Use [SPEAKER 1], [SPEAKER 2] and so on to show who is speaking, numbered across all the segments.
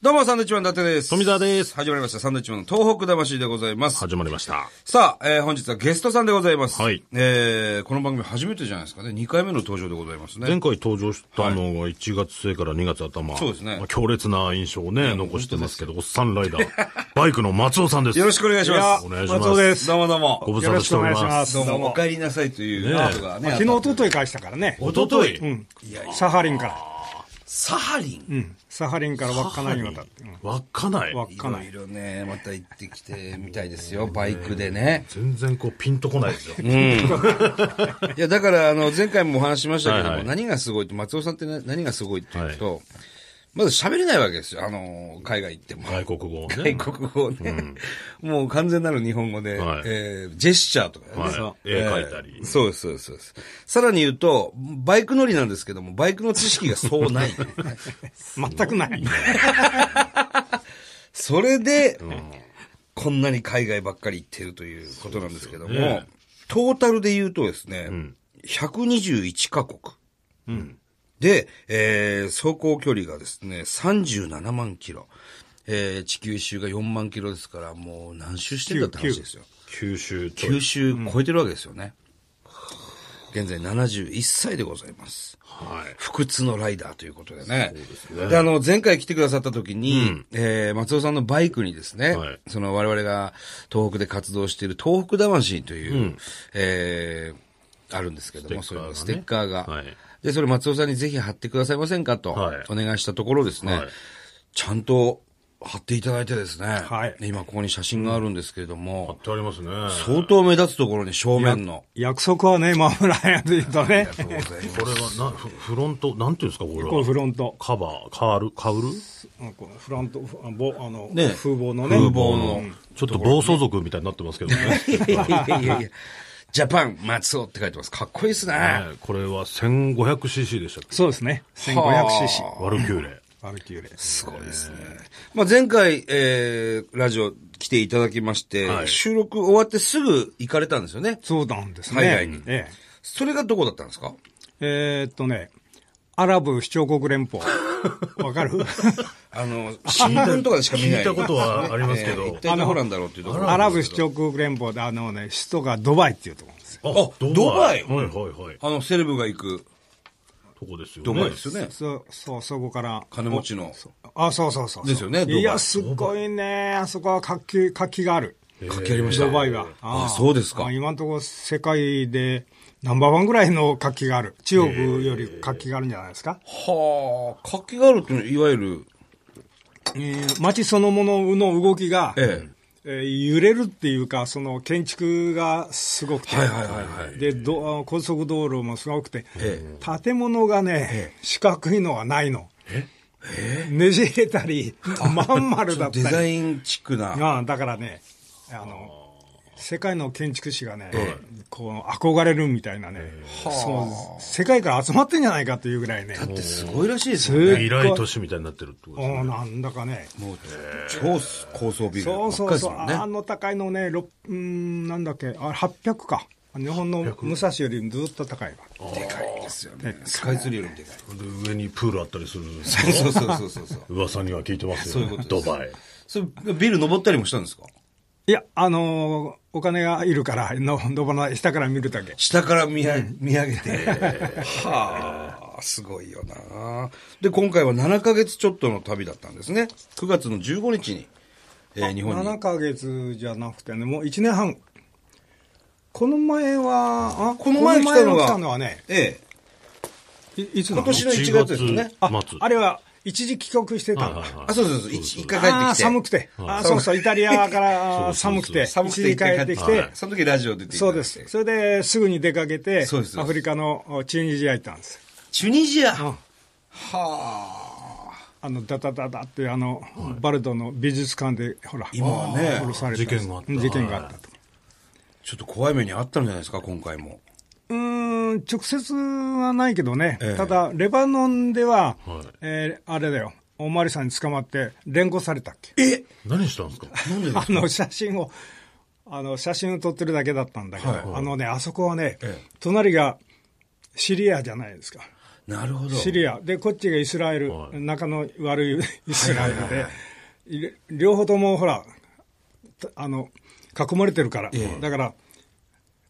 [SPEAKER 1] どうも、サンドウィッチマン伊達です。
[SPEAKER 2] 富澤です。
[SPEAKER 1] 始まりました。サンドウィッチマンの東北魂でございます。
[SPEAKER 2] 始まりました。
[SPEAKER 1] さあ、えー本日はゲストさんでございます。
[SPEAKER 2] はい
[SPEAKER 1] えーこの番組初めてじゃないですかね。2回目の登場でございますね。
[SPEAKER 2] 前回登場したのが1月末から2月頭。
[SPEAKER 1] そうですね
[SPEAKER 2] まあ強烈な印象をね、残してますけど、おっさんライダー。バイクの松尾さんです。
[SPEAKER 1] よろしくお願いします。
[SPEAKER 2] お願いします
[SPEAKER 3] 松尾です
[SPEAKER 1] どうもどう
[SPEAKER 2] ご
[SPEAKER 1] も。
[SPEAKER 2] 無沙汰しており
[SPEAKER 3] よろしくお願
[SPEAKER 2] ま
[SPEAKER 3] いし
[SPEAKER 2] す。
[SPEAKER 1] どう
[SPEAKER 3] どう
[SPEAKER 1] も、
[SPEAKER 3] も
[SPEAKER 1] お帰りなさいという
[SPEAKER 2] ねえ
[SPEAKER 1] ことがね。
[SPEAKER 3] 昨日、一昨日返したからね。
[SPEAKER 2] おととい、
[SPEAKER 3] サハリンから。
[SPEAKER 1] サハリン。
[SPEAKER 3] うん。サハリンから稚内に渡って。うん
[SPEAKER 2] 稚内。
[SPEAKER 1] い
[SPEAKER 3] 稚
[SPEAKER 1] ろ
[SPEAKER 3] 内
[SPEAKER 1] い。ろね、また行ってきてみたいですよ。バイクでね。
[SPEAKER 2] 全然こうピンとこないですよ。
[SPEAKER 1] いや、だから、あの、前回もお話ししましたけども、
[SPEAKER 2] はいはい
[SPEAKER 1] 何がすごいって、松尾さんってな何がすごいって言うと、まず喋れないわけですよ。あの、海外行っても。
[SPEAKER 2] 外国語を
[SPEAKER 1] 外
[SPEAKER 2] ね。
[SPEAKER 1] 国語をね、もう完全なる日本語で、
[SPEAKER 2] はい
[SPEAKER 1] えージェスチャーとかね。
[SPEAKER 2] はい
[SPEAKER 1] そう
[SPEAKER 2] 絵描いたり
[SPEAKER 1] えーそうです、そうです、そうです。さらに言うと、バイク乗りなんですけども、バイクの知識がそう ない。
[SPEAKER 3] 全くない。
[SPEAKER 1] それで、こんなに海外ばっかり行ってるということなんですけども、
[SPEAKER 2] そうですよね
[SPEAKER 1] トータルで言うとですね、121カ国。で、えー走行距離がですね、37万キロ。えー地球一周が4万キロですから、もう何周してんだって話ですよ。
[SPEAKER 2] 九州ちょい
[SPEAKER 1] 9周超えてるわけですよね。現在71歳でございます。
[SPEAKER 2] はい。
[SPEAKER 1] 不屈のライダーということでね。
[SPEAKER 2] す
[SPEAKER 1] であの、前回来てくださった時に、えー松尾さんのバイクにですね、
[SPEAKER 2] はい
[SPEAKER 1] その我々が東北で活動している東北魂という、えーあるんですけども、
[SPEAKER 2] ス
[SPEAKER 1] そ
[SPEAKER 2] テ
[SPEAKER 1] う
[SPEAKER 2] ッカーが
[SPEAKER 1] い
[SPEAKER 2] ね
[SPEAKER 1] うステッカーが。
[SPEAKER 2] はい
[SPEAKER 1] で、それ松尾さんにぜひ貼ってくださいませんかと、
[SPEAKER 2] はい
[SPEAKER 1] お願いしたところですね、
[SPEAKER 2] はい
[SPEAKER 1] ちゃんと貼っていただいてですね、
[SPEAKER 3] はい
[SPEAKER 1] で今ここに写真があるんですけれども、
[SPEAKER 2] 貼ってありますね。
[SPEAKER 1] 相当目立つところに正面の。
[SPEAKER 3] 約束はね、守らないというとね。
[SPEAKER 2] これはな、フフロント、なんていうんですか、これは。
[SPEAKER 3] これフロント。
[SPEAKER 2] カバー、カール、カウル
[SPEAKER 3] うんこうフロント、ふあぼあの、
[SPEAKER 1] ね
[SPEAKER 3] 風貌のね。
[SPEAKER 1] 風貌の
[SPEAKER 3] うん
[SPEAKER 2] ちょっと暴走族みたいになってますけど ね。
[SPEAKER 1] いやいやいやいや。ジャパン松尾って書いてます。かっこいいですね。
[SPEAKER 2] ねこれは 1500cc でしたっけ
[SPEAKER 3] そうですね。
[SPEAKER 1] は
[SPEAKER 3] 1500cc。
[SPEAKER 2] ワルキューレ。
[SPEAKER 3] バルキューレ。
[SPEAKER 1] すごいですね。まあ、前回、えー、ラジオ来ていただきまして、
[SPEAKER 2] はい
[SPEAKER 1] 収録終わってすぐ行かれたんですよね。
[SPEAKER 3] そうなんですね。
[SPEAKER 1] 海外に
[SPEAKER 3] ええ
[SPEAKER 1] それがどこだったんですか
[SPEAKER 3] えーっとね、アラブ首長国連邦。わかる
[SPEAKER 1] あの、新聞とかでしか見ない。
[SPEAKER 2] 聞いたことはありますけ
[SPEAKER 1] えー
[SPEAKER 2] ど
[SPEAKER 1] 一。体どこなんだろうっていうところ。
[SPEAKER 3] アラブ首長国連邦で、あのね、首都がドバイっていうところなんですよ。
[SPEAKER 2] あ
[SPEAKER 1] ドバイ
[SPEAKER 2] はいはいはい。
[SPEAKER 1] あの、セレブが行く、
[SPEAKER 2] とこですよね。
[SPEAKER 1] ドバイですよね。
[SPEAKER 3] そう、そう、そこから。
[SPEAKER 1] 金持ちの。
[SPEAKER 3] あ、そうそうそうそう。
[SPEAKER 1] ですよねドバイ
[SPEAKER 3] いや、すごいね。あそこは活気、活気がある。
[SPEAKER 1] 書きありました。
[SPEAKER 3] ドバイは。
[SPEAKER 1] あそうですか
[SPEAKER 3] まあ今のところ世界でナンバーワンぐらいの活気がある。中国より活気があるんじゃないですか。
[SPEAKER 1] はあ、活気があるっていうのは、いわゆる、
[SPEAKER 3] えー街そのものの動きが、
[SPEAKER 1] ええ
[SPEAKER 3] えー揺れるっていうか、その建築がすごくて、
[SPEAKER 1] はいはいはいはい
[SPEAKER 3] でど高速道路もすごくて、
[SPEAKER 1] え
[SPEAKER 3] 建物がね、四角いのがないの。ねじれたり、まん丸だっ
[SPEAKER 1] デ
[SPEAKER 3] たり。
[SPEAKER 1] ザインチックな。
[SPEAKER 3] ああだからねあの世界の建築士がね、こう憧れるみたいなね、そう世界から集まってんじゃないかというぐらいね、
[SPEAKER 1] だってすごいらしいですよ
[SPEAKER 3] す
[SPEAKER 1] ね。
[SPEAKER 3] ごい
[SPEAKER 2] 未来都市みたいになってるってことです
[SPEAKER 3] お
[SPEAKER 2] ね。
[SPEAKER 3] ーなんだかね、
[SPEAKER 1] もう、超高層ビルば
[SPEAKER 3] そう
[SPEAKER 1] っかり
[SPEAKER 3] そう
[SPEAKER 1] です
[SPEAKER 3] そう、
[SPEAKER 1] もんね。
[SPEAKER 3] あの高いのね、ろうーんなんだっけ、あ800か、日本の武蔵よりずっと高いわ、
[SPEAKER 1] でかいですよね。スカイツリーよりもでかい。
[SPEAKER 2] で上にプールあったりする。
[SPEAKER 1] そうそうそうそうそう。
[SPEAKER 2] 噂には聞いてますよ、ね。
[SPEAKER 1] そういうことです
[SPEAKER 2] ドバイ。
[SPEAKER 1] それビル登ったりもしたんですか
[SPEAKER 3] いや、あのーお金がいるから、の登らない下から見るだけ、
[SPEAKER 1] 下から見,、見上げて。はあ、すごいよな。で、今回は7ヶ月ちょっとの旅だったんですね。9月の15日に、えー日本
[SPEAKER 3] 7
[SPEAKER 1] に。
[SPEAKER 3] か月じゃなくてね、もう1年半、この前は、あ
[SPEAKER 1] この前来たの
[SPEAKER 3] こ
[SPEAKER 1] が、
[SPEAKER 3] 来たのはね、
[SPEAKER 1] ええ
[SPEAKER 3] いいつな
[SPEAKER 1] 今
[SPEAKER 3] の
[SPEAKER 1] 年の1月ですよね。
[SPEAKER 3] あ
[SPEAKER 2] 待つ
[SPEAKER 3] あれは一時帰国してた
[SPEAKER 2] はい
[SPEAKER 3] の。
[SPEAKER 2] はいはい
[SPEAKER 1] あ、そうそうそう、一一回帰って
[SPEAKER 3] あ
[SPEAKER 1] き
[SPEAKER 3] あ、
[SPEAKER 1] て。
[SPEAKER 3] 寒くて。
[SPEAKER 2] はい
[SPEAKER 3] ああ、そうそう、イタリアか
[SPEAKER 2] そう
[SPEAKER 3] ら
[SPEAKER 2] そうそう
[SPEAKER 3] 寒くて、
[SPEAKER 1] 寒く
[SPEAKER 3] 一
[SPEAKER 1] て
[SPEAKER 3] 時
[SPEAKER 1] 一
[SPEAKER 3] 帰
[SPEAKER 1] 回
[SPEAKER 3] って
[SPEAKER 1] 帰
[SPEAKER 3] き
[SPEAKER 1] ってて、、その時ラジオ出ていただいて。
[SPEAKER 3] そうです。それですぐに出かけて
[SPEAKER 1] そうですそうです、
[SPEAKER 3] アフリカのチュニジア行ったんです。
[SPEAKER 1] チュニジア。
[SPEAKER 3] ん
[SPEAKER 1] はあ。
[SPEAKER 3] あの、ダダダダって、あの、バルドの美術館で、ほら、
[SPEAKER 1] 今はね
[SPEAKER 3] 殺された
[SPEAKER 2] 事件があった
[SPEAKER 3] 事件があったと。
[SPEAKER 1] ちょっと怖い目にあったんじゃないですか、今回も。
[SPEAKER 3] うーん、直接はないけどね、
[SPEAKER 1] ええ
[SPEAKER 3] ただ、レバノンでは、
[SPEAKER 2] はい
[SPEAKER 3] えーあれだよ、おまわりさんに捕まって、連行されたっけ。
[SPEAKER 2] 何したんですか
[SPEAKER 1] なんで
[SPEAKER 3] あの写真を、あの写真を撮ってるだけだったんだけど、
[SPEAKER 1] はい
[SPEAKER 3] あのね、あそこはね、
[SPEAKER 1] ええ
[SPEAKER 3] 隣がシリアじゃないですか。
[SPEAKER 1] なるほど。
[SPEAKER 3] シリア、で、こっちがイスラエル、
[SPEAKER 2] はい
[SPEAKER 3] 仲の悪いイスラエルで、い両方ともほら、たあの、囲まれてるから、
[SPEAKER 1] ええ
[SPEAKER 3] だから、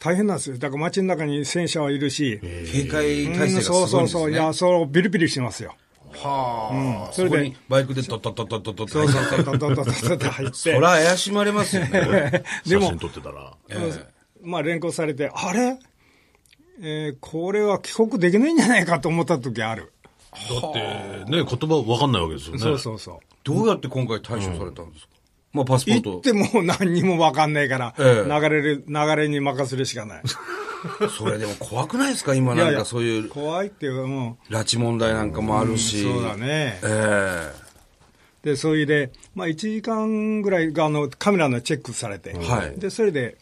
[SPEAKER 3] 大変なんですよ。だから街の中に戦車はいるし、
[SPEAKER 1] 警戒
[SPEAKER 3] うん
[SPEAKER 1] 態勢がすごい
[SPEAKER 3] そ
[SPEAKER 1] ん
[SPEAKER 3] う
[SPEAKER 1] ですね。
[SPEAKER 3] そうそう、いや、そう、ビリビリしますよ。
[SPEAKER 1] はあ、
[SPEAKER 3] うん
[SPEAKER 1] そ
[SPEAKER 3] それで
[SPEAKER 1] こにバイクでトットットットットット
[SPEAKER 3] そう
[SPEAKER 1] ッ
[SPEAKER 3] そうそう、ドンドンドンドンって入っ
[SPEAKER 1] そら
[SPEAKER 3] て、
[SPEAKER 1] 怪しまれますよね。
[SPEAKER 3] で
[SPEAKER 2] 写
[SPEAKER 3] も
[SPEAKER 2] 真撮ってたら。
[SPEAKER 1] え
[SPEAKER 3] まあ連行されて、あれえーこれは帰国できないんじゃないかと思った時ある。
[SPEAKER 2] だって、ね、言葉わかんないわけですよね。
[SPEAKER 3] そうそうそう。
[SPEAKER 1] どうやって今回対処されたんですか、まあパスポー
[SPEAKER 3] 行
[SPEAKER 1] ト
[SPEAKER 3] っ。ても何にも分かんないから、
[SPEAKER 1] ええ
[SPEAKER 3] 流れる、流れに任せるしかない。
[SPEAKER 1] それでも怖くないですか今なんかそういう
[SPEAKER 3] 怖いっていうか、も
[SPEAKER 1] 拉致問題なんかもある
[SPEAKER 3] う
[SPEAKER 1] し。
[SPEAKER 3] そうだ。ね
[SPEAKER 1] え。え
[SPEAKER 3] で、それで、まあ1時間ぐらいが、あの、カメラのチェックされて、
[SPEAKER 1] はい
[SPEAKER 3] で、それで、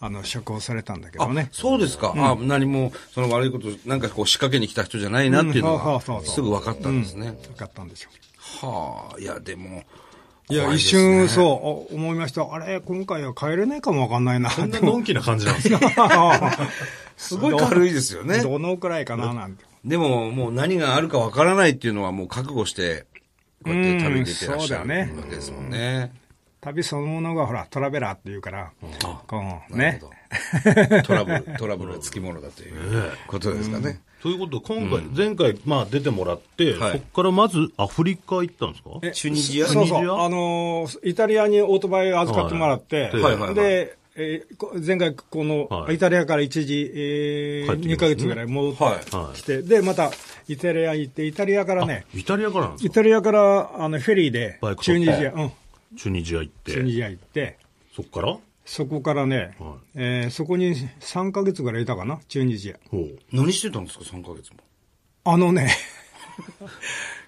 [SPEAKER 3] あの、釈放されたんだけど
[SPEAKER 1] あ、
[SPEAKER 3] ね。
[SPEAKER 1] そうですか。あ何も、その悪いこと、なんかこう仕掛けに来た人じゃないなっていうの
[SPEAKER 3] うんは
[SPEAKER 1] が
[SPEAKER 3] あはあは、あ
[SPEAKER 1] すぐ分かったんですね。
[SPEAKER 3] よかったんでしょ
[SPEAKER 1] はあ、いや、でも、
[SPEAKER 3] う。いや、
[SPEAKER 1] 怖
[SPEAKER 3] 一
[SPEAKER 1] ですね
[SPEAKER 3] 瞬、そう、お思いました。あれ、今回は帰れないかも分かんないな、
[SPEAKER 2] こん なのんきな感じなんですか
[SPEAKER 1] すごい軽いですよね。
[SPEAKER 3] どのくらいかな、なんて。
[SPEAKER 1] でも、もう何があるかわからないっていうのはもう覚悟して、こうやって旅に出てらっしゃ
[SPEAKER 3] うん
[SPEAKER 1] る
[SPEAKER 3] そうだよね
[SPEAKER 1] わけですもんね。
[SPEAKER 3] 旅そのものが、ほら、トラベラーっていうから、
[SPEAKER 1] あ
[SPEAKER 3] こう、
[SPEAKER 1] なる
[SPEAKER 3] ね
[SPEAKER 1] ほ。ど。 トラブル、トラブルはつきものだということですかね。
[SPEAKER 2] ということで、今回、前回、まあ出てもらって、
[SPEAKER 1] はい
[SPEAKER 2] そこからまずアフリカ行ったんですか
[SPEAKER 3] え
[SPEAKER 1] チュニジア
[SPEAKER 3] そうそ
[SPEAKER 2] チュニジ
[SPEAKER 3] う。
[SPEAKER 2] ア
[SPEAKER 3] あのー、イタリアにオートバイを預かってもらって、
[SPEAKER 2] はいはい
[SPEAKER 1] はいはい
[SPEAKER 3] で、えーこ前回この、
[SPEAKER 2] はい
[SPEAKER 3] イタリアから一時、えー
[SPEAKER 2] 帰ってきまし
[SPEAKER 3] 2
[SPEAKER 2] た
[SPEAKER 3] ヶ
[SPEAKER 2] ね
[SPEAKER 3] 月ぐらい戻って
[SPEAKER 1] はい
[SPEAKER 3] きて、で、またイタリア行って、イタリアからね、
[SPEAKER 2] イタリアからなんです
[SPEAKER 3] イ
[SPEAKER 2] か
[SPEAKER 3] タリアからあのフェリーで
[SPEAKER 2] バイ、ク
[SPEAKER 3] チ
[SPEAKER 2] 取
[SPEAKER 3] ュ
[SPEAKER 2] っ
[SPEAKER 3] ニ
[SPEAKER 2] て
[SPEAKER 3] ジア、うん、
[SPEAKER 2] チュニジア行っ
[SPEAKER 3] チュニ
[SPEAKER 2] て。
[SPEAKER 3] ジア行って、
[SPEAKER 2] そこから
[SPEAKER 3] そこからね、
[SPEAKER 2] はい
[SPEAKER 3] えーそこに3ヶ月ぐらいいたかな、チュニジア。
[SPEAKER 2] ほう
[SPEAKER 1] 何してたんですか、3ヶ月も。
[SPEAKER 3] あのね、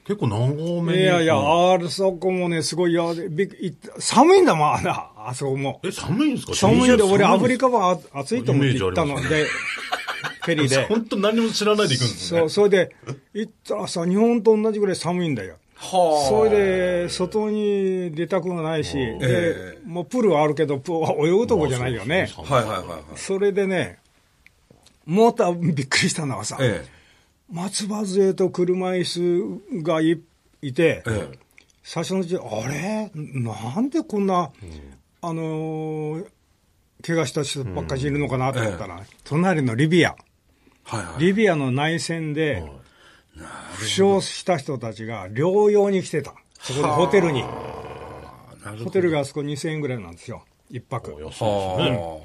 [SPEAKER 2] 結構長め
[SPEAKER 3] い
[SPEAKER 2] に。
[SPEAKER 3] やいや、
[SPEAKER 2] うん
[SPEAKER 3] あれそこもね、すごい、いやびっくり寒いんだもん、あなあそこも。
[SPEAKER 2] え、寒いんですか
[SPEAKER 3] 寒いで、俺、アフリ
[SPEAKER 2] カ。
[SPEAKER 3] カはあ暑いと思って行った
[SPEAKER 2] イ
[SPEAKER 3] の
[SPEAKER 2] メージありますね
[SPEAKER 3] で、フェリーで。
[SPEAKER 2] 本当何も知らないで行くんですね。
[SPEAKER 3] そう、それで、行ったらさ、日本と同じぐらい寒いんだよ。
[SPEAKER 1] は
[SPEAKER 3] それで、外に出たくもないし、で
[SPEAKER 1] え、
[SPEAKER 3] もうプールはあるけど、プールは泳ぐとこじゃないよね。
[SPEAKER 2] まあ。
[SPEAKER 1] はいはいはいはい。
[SPEAKER 3] それでね、もうたびっくりしたのはさ、
[SPEAKER 1] え
[SPEAKER 3] 松葉杖と車椅子がいいて、
[SPEAKER 1] え。ええ。
[SPEAKER 3] 最初のうち、あれなんでこんな、あのー怪我した人ばっかりいるのかなと思ったら、隣のリビア。
[SPEAKER 1] はいはい。
[SPEAKER 3] リビアの内戦で、負傷した人たちが療養に来てた。そこでホテルに。
[SPEAKER 1] なる
[SPEAKER 3] ホテルがあそこ2000円ぐらいなんですよ。一泊。
[SPEAKER 2] そう
[SPEAKER 1] は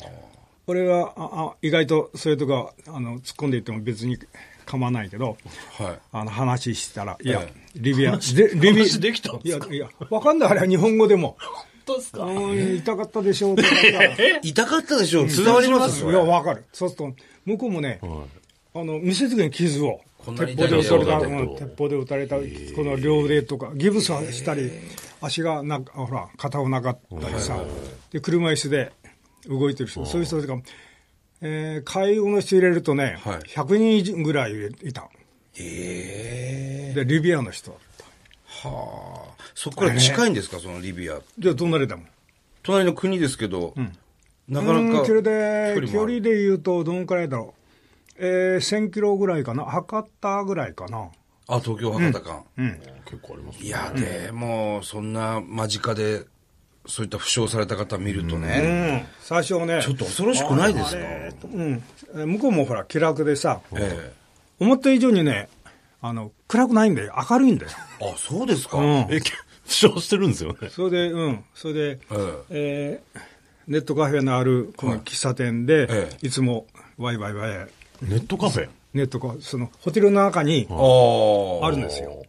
[SPEAKER 3] 俺は、ああ意外とそういうとこは、あの、突っ込んでいっても別に構わないけど、
[SPEAKER 1] あ。はい。
[SPEAKER 3] あの、話したら、いや
[SPEAKER 1] え、
[SPEAKER 3] リビア、でリビ
[SPEAKER 2] 話できたん
[SPEAKER 3] い
[SPEAKER 2] で
[SPEAKER 3] や
[SPEAKER 2] すか、
[SPEAKER 3] いや、わかんない、あれは日本語でも。
[SPEAKER 2] です
[SPEAKER 3] う
[SPEAKER 2] か
[SPEAKER 3] ーん、痛かったでしょうとかさ。
[SPEAKER 1] 痛かったでしょう伝わります
[SPEAKER 3] いや、わかる。そうすると、向こうもね、あの、見せつけに傷を。
[SPEAKER 1] こんなに
[SPEAKER 3] 鉄
[SPEAKER 1] 痛
[SPEAKER 3] 砲
[SPEAKER 1] いの
[SPEAKER 3] で撃たれた、
[SPEAKER 2] そうだね
[SPEAKER 3] うん鉄砲で撃たれた、この両腕とか、ギブスはしたり、足がなんか、ほら、肩をなかったりさ、で、車椅子で動いてる人、そういう人が、えー介護の人入れるとね、
[SPEAKER 1] はい
[SPEAKER 3] 100人ぐらいいた。
[SPEAKER 1] ええ。
[SPEAKER 3] で、リビアの人。
[SPEAKER 1] はあ。そこから近いんですか、そのリビア。
[SPEAKER 3] で、隣だもん。
[SPEAKER 1] 隣の国ですけど、な
[SPEAKER 3] な
[SPEAKER 1] かなか。
[SPEAKER 3] 距離で、
[SPEAKER 1] も
[SPEAKER 3] 距
[SPEAKER 1] ある
[SPEAKER 3] 離で言うと、どのくらいだろう。えー、1000キロぐらいかな。博多ぐらいかな。
[SPEAKER 1] あ、東京博多間。
[SPEAKER 3] うん。
[SPEAKER 2] 結構ありますね
[SPEAKER 1] いや、でも、そんな間近で、そういった負傷された方見ると
[SPEAKER 3] う
[SPEAKER 1] ね、
[SPEAKER 3] ん、最初はね、
[SPEAKER 1] ちょっと恐ろしくないですか
[SPEAKER 3] うん、向こうもほら、気楽でさ、
[SPEAKER 1] ええ。
[SPEAKER 3] 思った以上にね、あの暗くないんだよ、明るいんだ よ、
[SPEAKER 1] あ、そうですか。
[SPEAKER 3] うん
[SPEAKER 2] え、主張してるんですよね。
[SPEAKER 3] それで、うん、それで、
[SPEAKER 1] ええ
[SPEAKER 3] えーネットカフェのあるこの喫茶店で、
[SPEAKER 1] え
[SPEAKER 3] い、つもワイワイワイワイ、
[SPEAKER 2] ネットカフェ。
[SPEAKER 3] ネットカそのホテルの中に
[SPEAKER 1] ああ。
[SPEAKER 3] あるんですよ、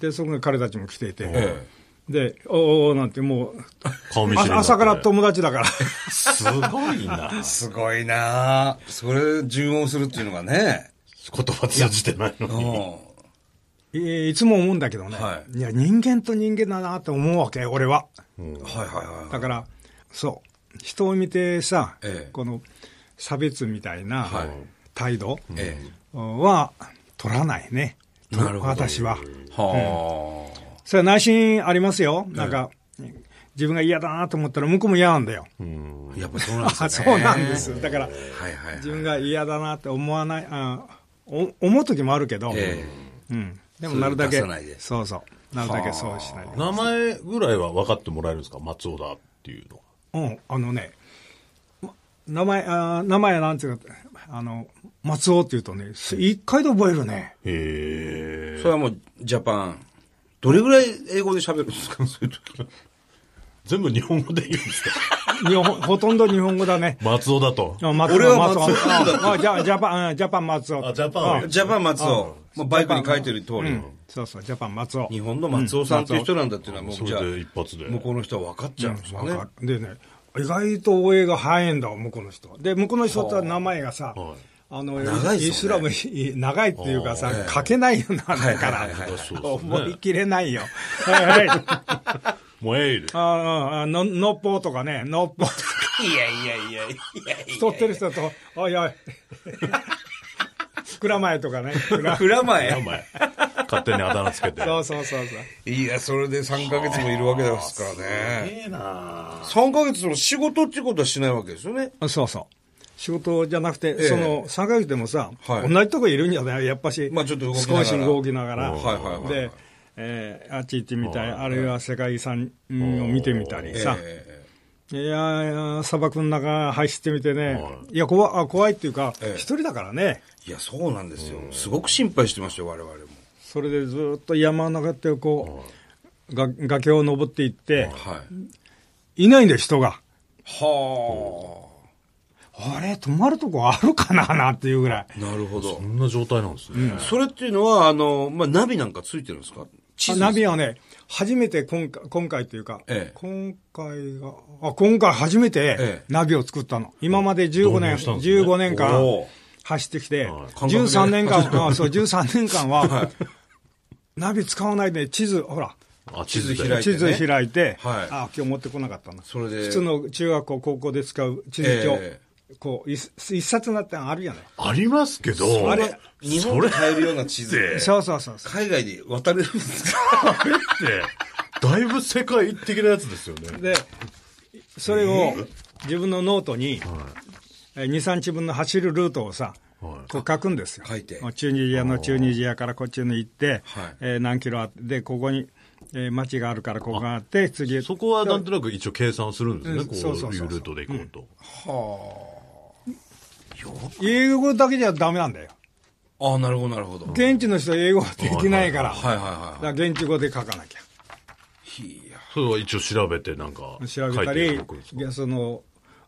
[SPEAKER 3] でそこに彼たちも来ていて、
[SPEAKER 1] え
[SPEAKER 3] で、おーおーなんて、もう
[SPEAKER 2] 顔見知りになって
[SPEAKER 3] あ朝から友達だから。
[SPEAKER 2] すごいな。
[SPEAKER 1] え。すごいなあそれ、順応するっていうのがね。
[SPEAKER 2] 言葉通じてないの
[SPEAKER 1] うん。
[SPEAKER 2] に。
[SPEAKER 3] い いつも思うんだけどね、、
[SPEAKER 1] はい
[SPEAKER 3] や人間と人間だなって思うわけ、俺は。
[SPEAKER 1] はいはいは
[SPEAKER 3] だから、そう、人を見てさ、
[SPEAKER 1] ええ
[SPEAKER 3] この差別みたいな
[SPEAKER 1] はい
[SPEAKER 3] 態度
[SPEAKER 1] い。え
[SPEAKER 3] は取らないね、
[SPEAKER 1] え。なるほど。
[SPEAKER 3] 私は。
[SPEAKER 1] はあ。
[SPEAKER 3] それは内心ありますよ、なんか、自分が嫌だなと思ったら、向こうも嫌なんだよ。
[SPEAKER 1] やっぱ そうなんですね。
[SPEAKER 3] あそうなんです、だから、
[SPEAKER 1] はいはいはい。
[SPEAKER 3] 自分が嫌だなって思わない、あお思う時もあるけど、
[SPEAKER 1] え
[SPEAKER 3] うん、でもなるだけ
[SPEAKER 1] そういうの出さないで
[SPEAKER 3] そうそうなるだけそうしないで
[SPEAKER 2] 名前ぐらいは分かってもらえるんですか松尾だっていうのは。
[SPEAKER 3] うんあのねま名前あー名前なんていうかあの松尾っていうとねす一回で覚えるね
[SPEAKER 2] へえ。
[SPEAKER 1] それはもう、ジャパン。どれぐらい英語で喋るんですかそういう時。
[SPEAKER 2] 全部日本語で言うんですか
[SPEAKER 3] 日本 ほとんど日本語だね
[SPEAKER 2] 松尾だと。
[SPEAKER 3] あ松尾
[SPEAKER 1] 俺は松尾
[SPEAKER 3] 尾ああじゃジャパンうんジャパン松尾
[SPEAKER 2] あ、ジャパンは。
[SPEAKER 1] ジャパン松尾。まあ、バイクに書いてる通り、
[SPEAKER 3] うんそうそうジャパン松尾
[SPEAKER 1] 日本の松尾さんっていう人なんだっていうのはもう、
[SPEAKER 2] そ
[SPEAKER 1] じゃあ、
[SPEAKER 2] れで一発で。
[SPEAKER 1] 向こうの人は分かっちゃうんですよね。
[SPEAKER 3] わかるでね、意外と応援が早いんだ、向こうの人は。で、向こうの人って名前がさ、
[SPEAKER 2] はい
[SPEAKER 3] あの、
[SPEAKER 1] 長いっすよね
[SPEAKER 3] イスラム、い長いっていうかさ、書けないようなんだから、
[SPEAKER 1] はいはいはい
[SPEAKER 2] あそうですね
[SPEAKER 3] 思い切れないよ。はいはい。
[SPEAKER 2] もうエイル。
[SPEAKER 3] あああの、のっぽうとかね、のっぽうとか、
[SPEAKER 1] いやいやいやいやい
[SPEAKER 3] 太ってる人と、おいおい。蔵前とかね。蔵
[SPEAKER 1] や。蔵
[SPEAKER 2] 名
[SPEAKER 1] 前。
[SPEAKER 2] 前。勝手にあだ名つけて。
[SPEAKER 3] そうそうそうそう。
[SPEAKER 1] いや、それで3ヶ月もいるわけですからね。
[SPEAKER 2] ええな
[SPEAKER 1] 3ヶ月その仕事っていうことはしないわけですよね。
[SPEAKER 3] あそうそう。仕事じゃなくて、
[SPEAKER 1] ええ
[SPEAKER 3] その3ヶ月でもさ、
[SPEAKER 1] はい
[SPEAKER 3] 同じとこいるんじゃないやっぱし、
[SPEAKER 1] まあちょっと動きなが
[SPEAKER 3] 少
[SPEAKER 1] ら
[SPEAKER 3] し動きながら、
[SPEAKER 1] はいはいはい
[SPEAKER 3] で、えーあっち行ってみたい、あるいは世界遺産うんを見てみたりさ、
[SPEAKER 1] え
[SPEAKER 3] いやー砂漠の中走ってみてね、、
[SPEAKER 2] はい
[SPEAKER 3] や怖あ怖いっていうか、一、
[SPEAKER 1] ええ
[SPEAKER 3] 人だからね、
[SPEAKER 1] えいや、そうなんですよ。すごく心配してましたよ、我々も。
[SPEAKER 3] それでずーっと山の中ってこう、が崖を登っていって、
[SPEAKER 1] はい。
[SPEAKER 3] いないんだよ、人が。
[SPEAKER 1] は
[SPEAKER 3] あれ、泊まるとこあるかななっていうぐらい。
[SPEAKER 1] あ。なるほど
[SPEAKER 2] こ。んな状態なんですね。
[SPEAKER 1] それっていうのは、あの、まあ、ナビなんかついてるんですか地図ですか
[SPEAKER 3] ナビはね、初めて今回、今回というか、
[SPEAKER 1] ええ
[SPEAKER 3] 今回が、あ、今回初め
[SPEAKER 1] え
[SPEAKER 3] て
[SPEAKER 1] え
[SPEAKER 3] ナビを作ったの。今まで15
[SPEAKER 2] 導
[SPEAKER 3] 年、
[SPEAKER 2] 入したんですね
[SPEAKER 3] 15年間
[SPEAKER 1] おー
[SPEAKER 3] 走ってきて、
[SPEAKER 2] はい
[SPEAKER 1] 感覚で
[SPEAKER 3] 13年 間、あそう、13年間は、 ナビ使わないで地図、ほら、
[SPEAKER 2] あ、
[SPEAKER 1] 地図
[SPEAKER 2] で
[SPEAKER 1] 開いて
[SPEAKER 3] 地図開いて、
[SPEAKER 1] はい
[SPEAKER 3] あ、今日持ってこなかったな。
[SPEAKER 1] それで
[SPEAKER 3] 普通の中学校、高校で使う地図帳、
[SPEAKER 1] え
[SPEAKER 3] こう、一一冊になってあるやない。
[SPEAKER 2] ありますけど。
[SPEAKER 3] あれ
[SPEAKER 1] 日本で買えるような地図で、
[SPEAKER 3] そうそうそうそう。
[SPEAKER 1] 海外で渡れるんですか
[SPEAKER 2] って、だいぶ世界的なやつですよね。
[SPEAKER 3] で、それを自分のノートに、えー2、3日分の走るルートをさ、
[SPEAKER 2] はい
[SPEAKER 3] こう書くんですよ。
[SPEAKER 1] 書いて
[SPEAKER 3] もうチュニジアのチュニジアからこっちに行って、
[SPEAKER 1] はい
[SPEAKER 3] えー何キロあって、で、ここに、えー町があるからここがあって、次へ
[SPEAKER 2] そこはなんとなく一応計算するんです
[SPEAKER 3] う
[SPEAKER 2] ね。
[SPEAKER 3] ん
[SPEAKER 2] こ
[SPEAKER 3] そうそうう
[SPEAKER 2] い
[SPEAKER 3] そううそ
[SPEAKER 2] ル
[SPEAKER 3] う
[SPEAKER 2] ートで行こうと。
[SPEAKER 3] 英語だけじゃダメなんだよ。
[SPEAKER 1] ああ、なるほど、なるほど。はい
[SPEAKER 3] 現地の人は英語できないから、
[SPEAKER 1] はいはいは
[SPEAKER 3] だから現地語で書かなきゃ。
[SPEAKER 1] い。いや
[SPEAKER 2] それは一応調べてなんか書
[SPEAKER 3] 調
[SPEAKER 2] い
[SPEAKER 3] べた
[SPEAKER 2] て
[SPEAKER 3] り
[SPEAKER 2] いくんですか、
[SPEAKER 3] その、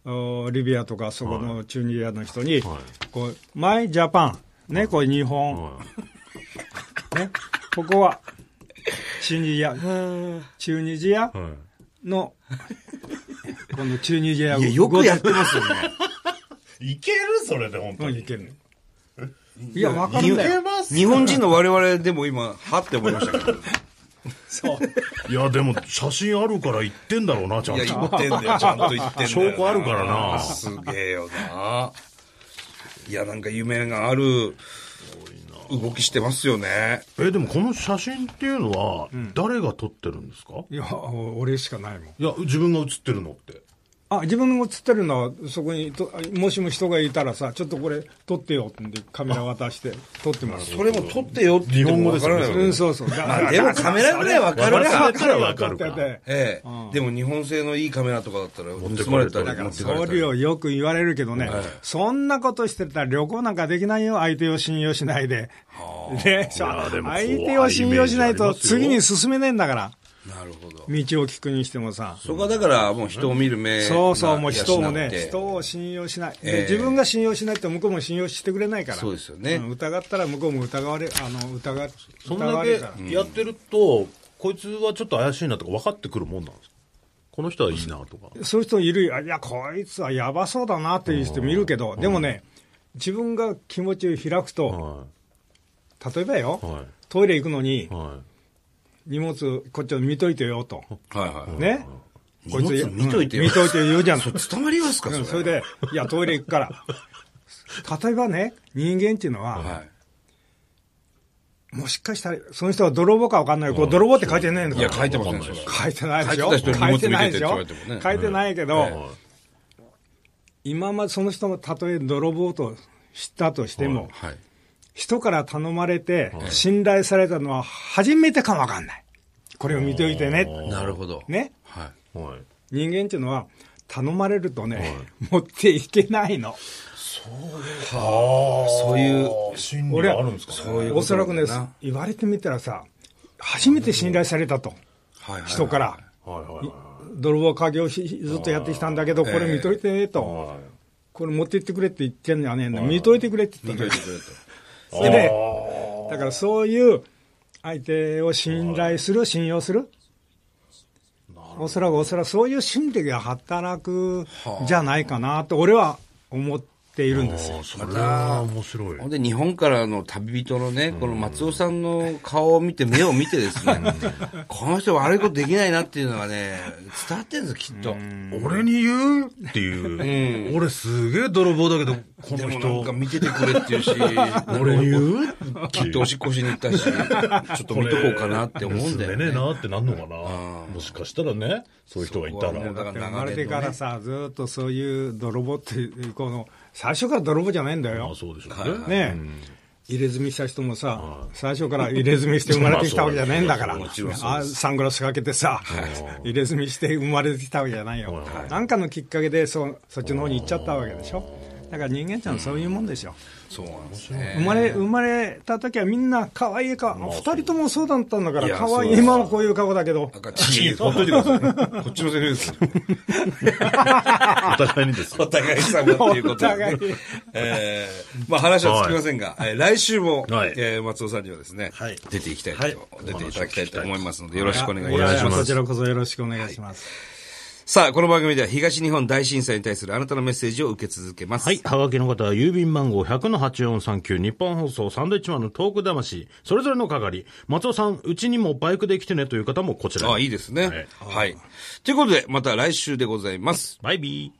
[SPEAKER 3] おリビアとかそこのチュニジアの人に、
[SPEAKER 2] はい
[SPEAKER 3] こう、マイジャパン、ね、これ日本、
[SPEAKER 2] は
[SPEAKER 3] ね、ここは、チュニジア、チュニジア
[SPEAKER 2] いはい
[SPEAKER 3] の、このチュニジア
[SPEAKER 1] いや、よくやってますよ ね。
[SPEAKER 2] いけるそれで本
[SPEAKER 3] うんいけるのいや、わかるんだよ。
[SPEAKER 2] ます
[SPEAKER 1] 日本人の我々でも今、はって思いましたけど。
[SPEAKER 3] そう。
[SPEAKER 2] いや、でも写真あるから行ってんだろうな、ちゃん
[SPEAKER 1] い
[SPEAKER 2] と
[SPEAKER 1] や、。言ってんだよ、ちゃんと言ってんだよ。
[SPEAKER 2] 証拠あるからな
[SPEAKER 1] すげえよな。いや、なんか夢がある動きしてますよね。
[SPEAKER 2] え、でもこの写真っていうのは、誰が撮ってるんですか
[SPEAKER 3] いや、俺しかないもん。
[SPEAKER 2] いや、自分が写ってるのって。
[SPEAKER 3] あ、自分の映ってるのは、そこにと、もしも人がいたらさ、ちょっとこれ、撮ってよって、カメラ渡して、撮ってもらう。
[SPEAKER 1] それも撮ってよって言ってもわからないわけ
[SPEAKER 3] うん、そうそう。だ
[SPEAKER 1] まあでもカメラぐらいわかる
[SPEAKER 2] 我
[SPEAKER 1] な
[SPEAKER 2] 々だったらわかるか
[SPEAKER 3] だって
[SPEAKER 2] ら。
[SPEAKER 1] ええ。でも日本製のいいカメラとかだったら
[SPEAKER 2] って
[SPEAKER 1] 盗
[SPEAKER 2] か
[SPEAKER 1] ま
[SPEAKER 2] れ
[SPEAKER 1] れた
[SPEAKER 2] たり
[SPEAKER 1] り
[SPEAKER 2] だか
[SPEAKER 1] 持ってか
[SPEAKER 3] 送
[SPEAKER 1] れた
[SPEAKER 3] 料
[SPEAKER 1] り。
[SPEAKER 3] よく言われるけどね、そんなことしてたら旅行なんかできないよ、相手を信用しないで。で、そ
[SPEAKER 2] い
[SPEAKER 3] う
[SPEAKER 2] やでも
[SPEAKER 3] 相手を信用しない
[SPEAKER 2] 怖いイメージありま
[SPEAKER 3] と
[SPEAKER 2] すよ
[SPEAKER 3] 次に進めないんだから、
[SPEAKER 1] なるほど。
[SPEAKER 3] 道を聞くにしてもさ。
[SPEAKER 1] そこはだからもう人を見る目
[SPEAKER 3] そうそう、もう人を
[SPEAKER 1] 養
[SPEAKER 3] ね
[SPEAKER 1] っ、て
[SPEAKER 3] 人を信用しない、
[SPEAKER 1] え
[SPEAKER 3] で
[SPEAKER 1] え
[SPEAKER 3] 自分が信用しないと向こうも信用してくれないから。
[SPEAKER 1] そうですよね
[SPEAKER 3] ん疑ったら向こうも疑われ、あの、疑わ
[SPEAKER 2] そん
[SPEAKER 3] 疑
[SPEAKER 2] だ
[SPEAKER 3] われるから。
[SPEAKER 2] けやってると、こいつはちょっと怪しいなとか分かってくるもんなんですかこの人はいいなとか。
[SPEAKER 3] そういう人いるよ、いや、こいつはやばそうだなっていう人もいるけど、でもね、自分が気持ちを開くと、
[SPEAKER 2] は
[SPEAKER 3] 例えばよ、
[SPEAKER 2] い。は
[SPEAKER 3] トイレ行くのに
[SPEAKER 2] い。、は
[SPEAKER 3] 荷物、こっちを見といてよと、
[SPEAKER 1] はいはい。
[SPEAKER 3] ね、
[SPEAKER 1] 荷
[SPEAKER 3] こいつ
[SPEAKER 1] 物見といてよ
[SPEAKER 3] うん見といてよじゃん、
[SPEAKER 1] それ伝わりますか
[SPEAKER 3] う
[SPEAKER 1] そ
[SPEAKER 3] んそ
[SPEAKER 1] れ
[SPEAKER 3] れ。で、いや、トイレ行くから、例えばね、人間っていうのは、
[SPEAKER 1] はい。
[SPEAKER 3] もしかしたら、その人は泥棒か分かんない、こう泥棒って書いてないんだ
[SPEAKER 1] い
[SPEAKER 3] か
[SPEAKER 1] や、
[SPEAKER 3] ら、
[SPEAKER 1] 書いてません、それ。
[SPEAKER 3] 書いてないでしょ、
[SPEAKER 1] 書いてた人に荷
[SPEAKER 3] 書い
[SPEAKER 1] 物
[SPEAKER 3] て
[SPEAKER 1] 見
[SPEAKER 3] ない
[SPEAKER 1] ててって
[SPEAKER 3] でし
[SPEAKER 1] 言わ
[SPEAKER 3] ょ
[SPEAKER 1] れてもね、
[SPEAKER 3] 書いてないけ
[SPEAKER 2] い。は
[SPEAKER 3] ど
[SPEAKER 2] い、
[SPEAKER 3] 今までその人のたとえ泥棒と知ったとしても、
[SPEAKER 1] はい。
[SPEAKER 3] 人から頼まれて、信頼されたのは初めてかもわかんない。これを見ておいてね。
[SPEAKER 1] なるほど。
[SPEAKER 3] ね。
[SPEAKER 1] はい。
[SPEAKER 2] はい。
[SPEAKER 3] 人間っていうのは、頼まれるとね、持っていけないの。
[SPEAKER 1] そういう、
[SPEAKER 2] 心理
[SPEAKER 3] 俺
[SPEAKER 2] が
[SPEAKER 3] は
[SPEAKER 2] あるんですかね。
[SPEAKER 1] そういう
[SPEAKER 3] お
[SPEAKER 1] こ
[SPEAKER 3] そ
[SPEAKER 1] と
[SPEAKER 3] ら
[SPEAKER 1] な
[SPEAKER 3] く
[SPEAKER 1] ん
[SPEAKER 3] ね
[SPEAKER 1] だな、
[SPEAKER 3] 言われてみたらさ、初めて信頼されたと、
[SPEAKER 1] はいはい
[SPEAKER 3] 人から。
[SPEAKER 2] はいはいは
[SPEAKER 3] 泥棒家業をひずっとやってきたんだけど、これ見といてねと。
[SPEAKER 2] い。
[SPEAKER 3] これ持って行ってくれって言ってんじゃねえんだ。見といてくれって言
[SPEAKER 1] 見と
[SPEAKER 3] った
[SPEAKER 1] い
[SPEAKER 3] の
[SPEAKER 1] てくれと。
[SPEAKER 3] それで、だからそういう相手を信頼する、信用する。おそらくおそらくそういう心理が働くじゃないかなと、俺は思っているんですよ。
[SPEAKER 2] それは面白 い。
[SPEAKER 1] ほんで、日本からの旅人のね、この松尾さんの顔を見て、目を見てですね、 この人悪いことできないなっていうのはね、伝わってるんですよ、きっと。
[SPEAKER 2] 俺に言うっていう。俺すげえ泥棒だけど、こ
[SPEAKER 1] で
[SPEAKER 2] の
[SPEAKER 1] もなん
[SPEAKER 2] 人
[SPEAKER 1] か。見ててくれっていうし、
[SPEAKER 2] 俺に言う
[SPEAKER 1] きっとおしっこしに行ったし、ちょっと見とこうかなって思うんだよ
[SPEAKER 2] 盗めねえ
[SPEAKER 1] ね。
[SPEAKER 2] なってなんのかな。もしかしたらね、そういう人がいた
[SPEAKER 1] そこはもうだ
[SPEAKER 2] ら。
[SPEAKER 1] から
[SPEAKER 3] 生まれて
[SPEAKER 1] 長
[SPEAKER 3] か
[SPEAKER 1] 年の
[SPEAKER 3] ら
[SPEAKER 1] ね
[SPEAKER 3] さ、ずーっとそういう泥棒っていう、この、最初から泥棒じゃないんだ
[SPEAKER 2] まあ
[SPEAKER 3] よ。
[SPEAKER 2] そうでしょ
[SPEAKER 1] はいう
[SPEAKER 2] ね。
[SPEAKER 3] ねえ入れ墨した人もさ、最初から入れ墨して生まれてきたわけじゃないんだから、
[SPEAKER 2] ま
[SPEAKER 1] あそうです
[SPEAKER 3] あサングラスかけてさ、入れ墨して生まれてきたわけじゃないよ、なんかのきっかけでそそっちの方に行っちゃったわけでしょ、だから人間ちゃん、そういうもんですよ、
[SPEAKER 1] そうなんですね。
[SPEAKER 3] 生まれ生まれた時はみんな可愛いか、二人ともそうだったんだか
[SPEAKER 1] い
[SPEAKER 3] ら、
[SPEAKER 1] や
[SPEAKER 3] 可愛
[SPEAKER 1] そう
[SPEAKER 3] い
[SPEAKER 1] です
[SPEAKER 3] 今はこういう顔だけど、
[SPEAKER 1] 赤チキン、ほっといてください。こっちのセリフです。
[SPEAKER 2] お互いにですよ。
[SPEAKER 1] お互い様ということで。
[SPEAKER 3] お互い
[SPEAKER 1] えーまあ話はつきませんが、えー来週も、
[SPEAKER 2] はい
[SPEAKER 1] えー松尾さんにはですね、
[SPEAKER 2] はい
[SPEAKER 1] 出ていきたいと、
[SPEAKER 2] はい
[SPEAKER 1] 出ていただきたいと思いますので、よろしくお願いい
[SPEAKER 2] お願
[SPEAKER 1] た
[SPEAKER 2] い
[SPEAKER 1] し
[SPEAKER 2] し
[SPEAKER 1] ま。
[SPEAKER 2] ますす
[SPEAKER 3] こちらこそよろしくお願いします。
[SPEAKER 1] さあ、この番組では東日本大震災に対するあなたのメッセージを受け続けます。
[SPEAKER 2] はい。はがきの方は、郵便番号100-8439、日本放送、サンドイッチマンのトーク魂、それぞれの係、松尾さん、うちにもバイクで来てねという方もこちらに。
[SPEAKER 1] あ、いいですね。
[SPEAKER 2] はい
[SPEAKER 1] はい。ということで、また来週でございます。
[SPEAKER 2] バイビー。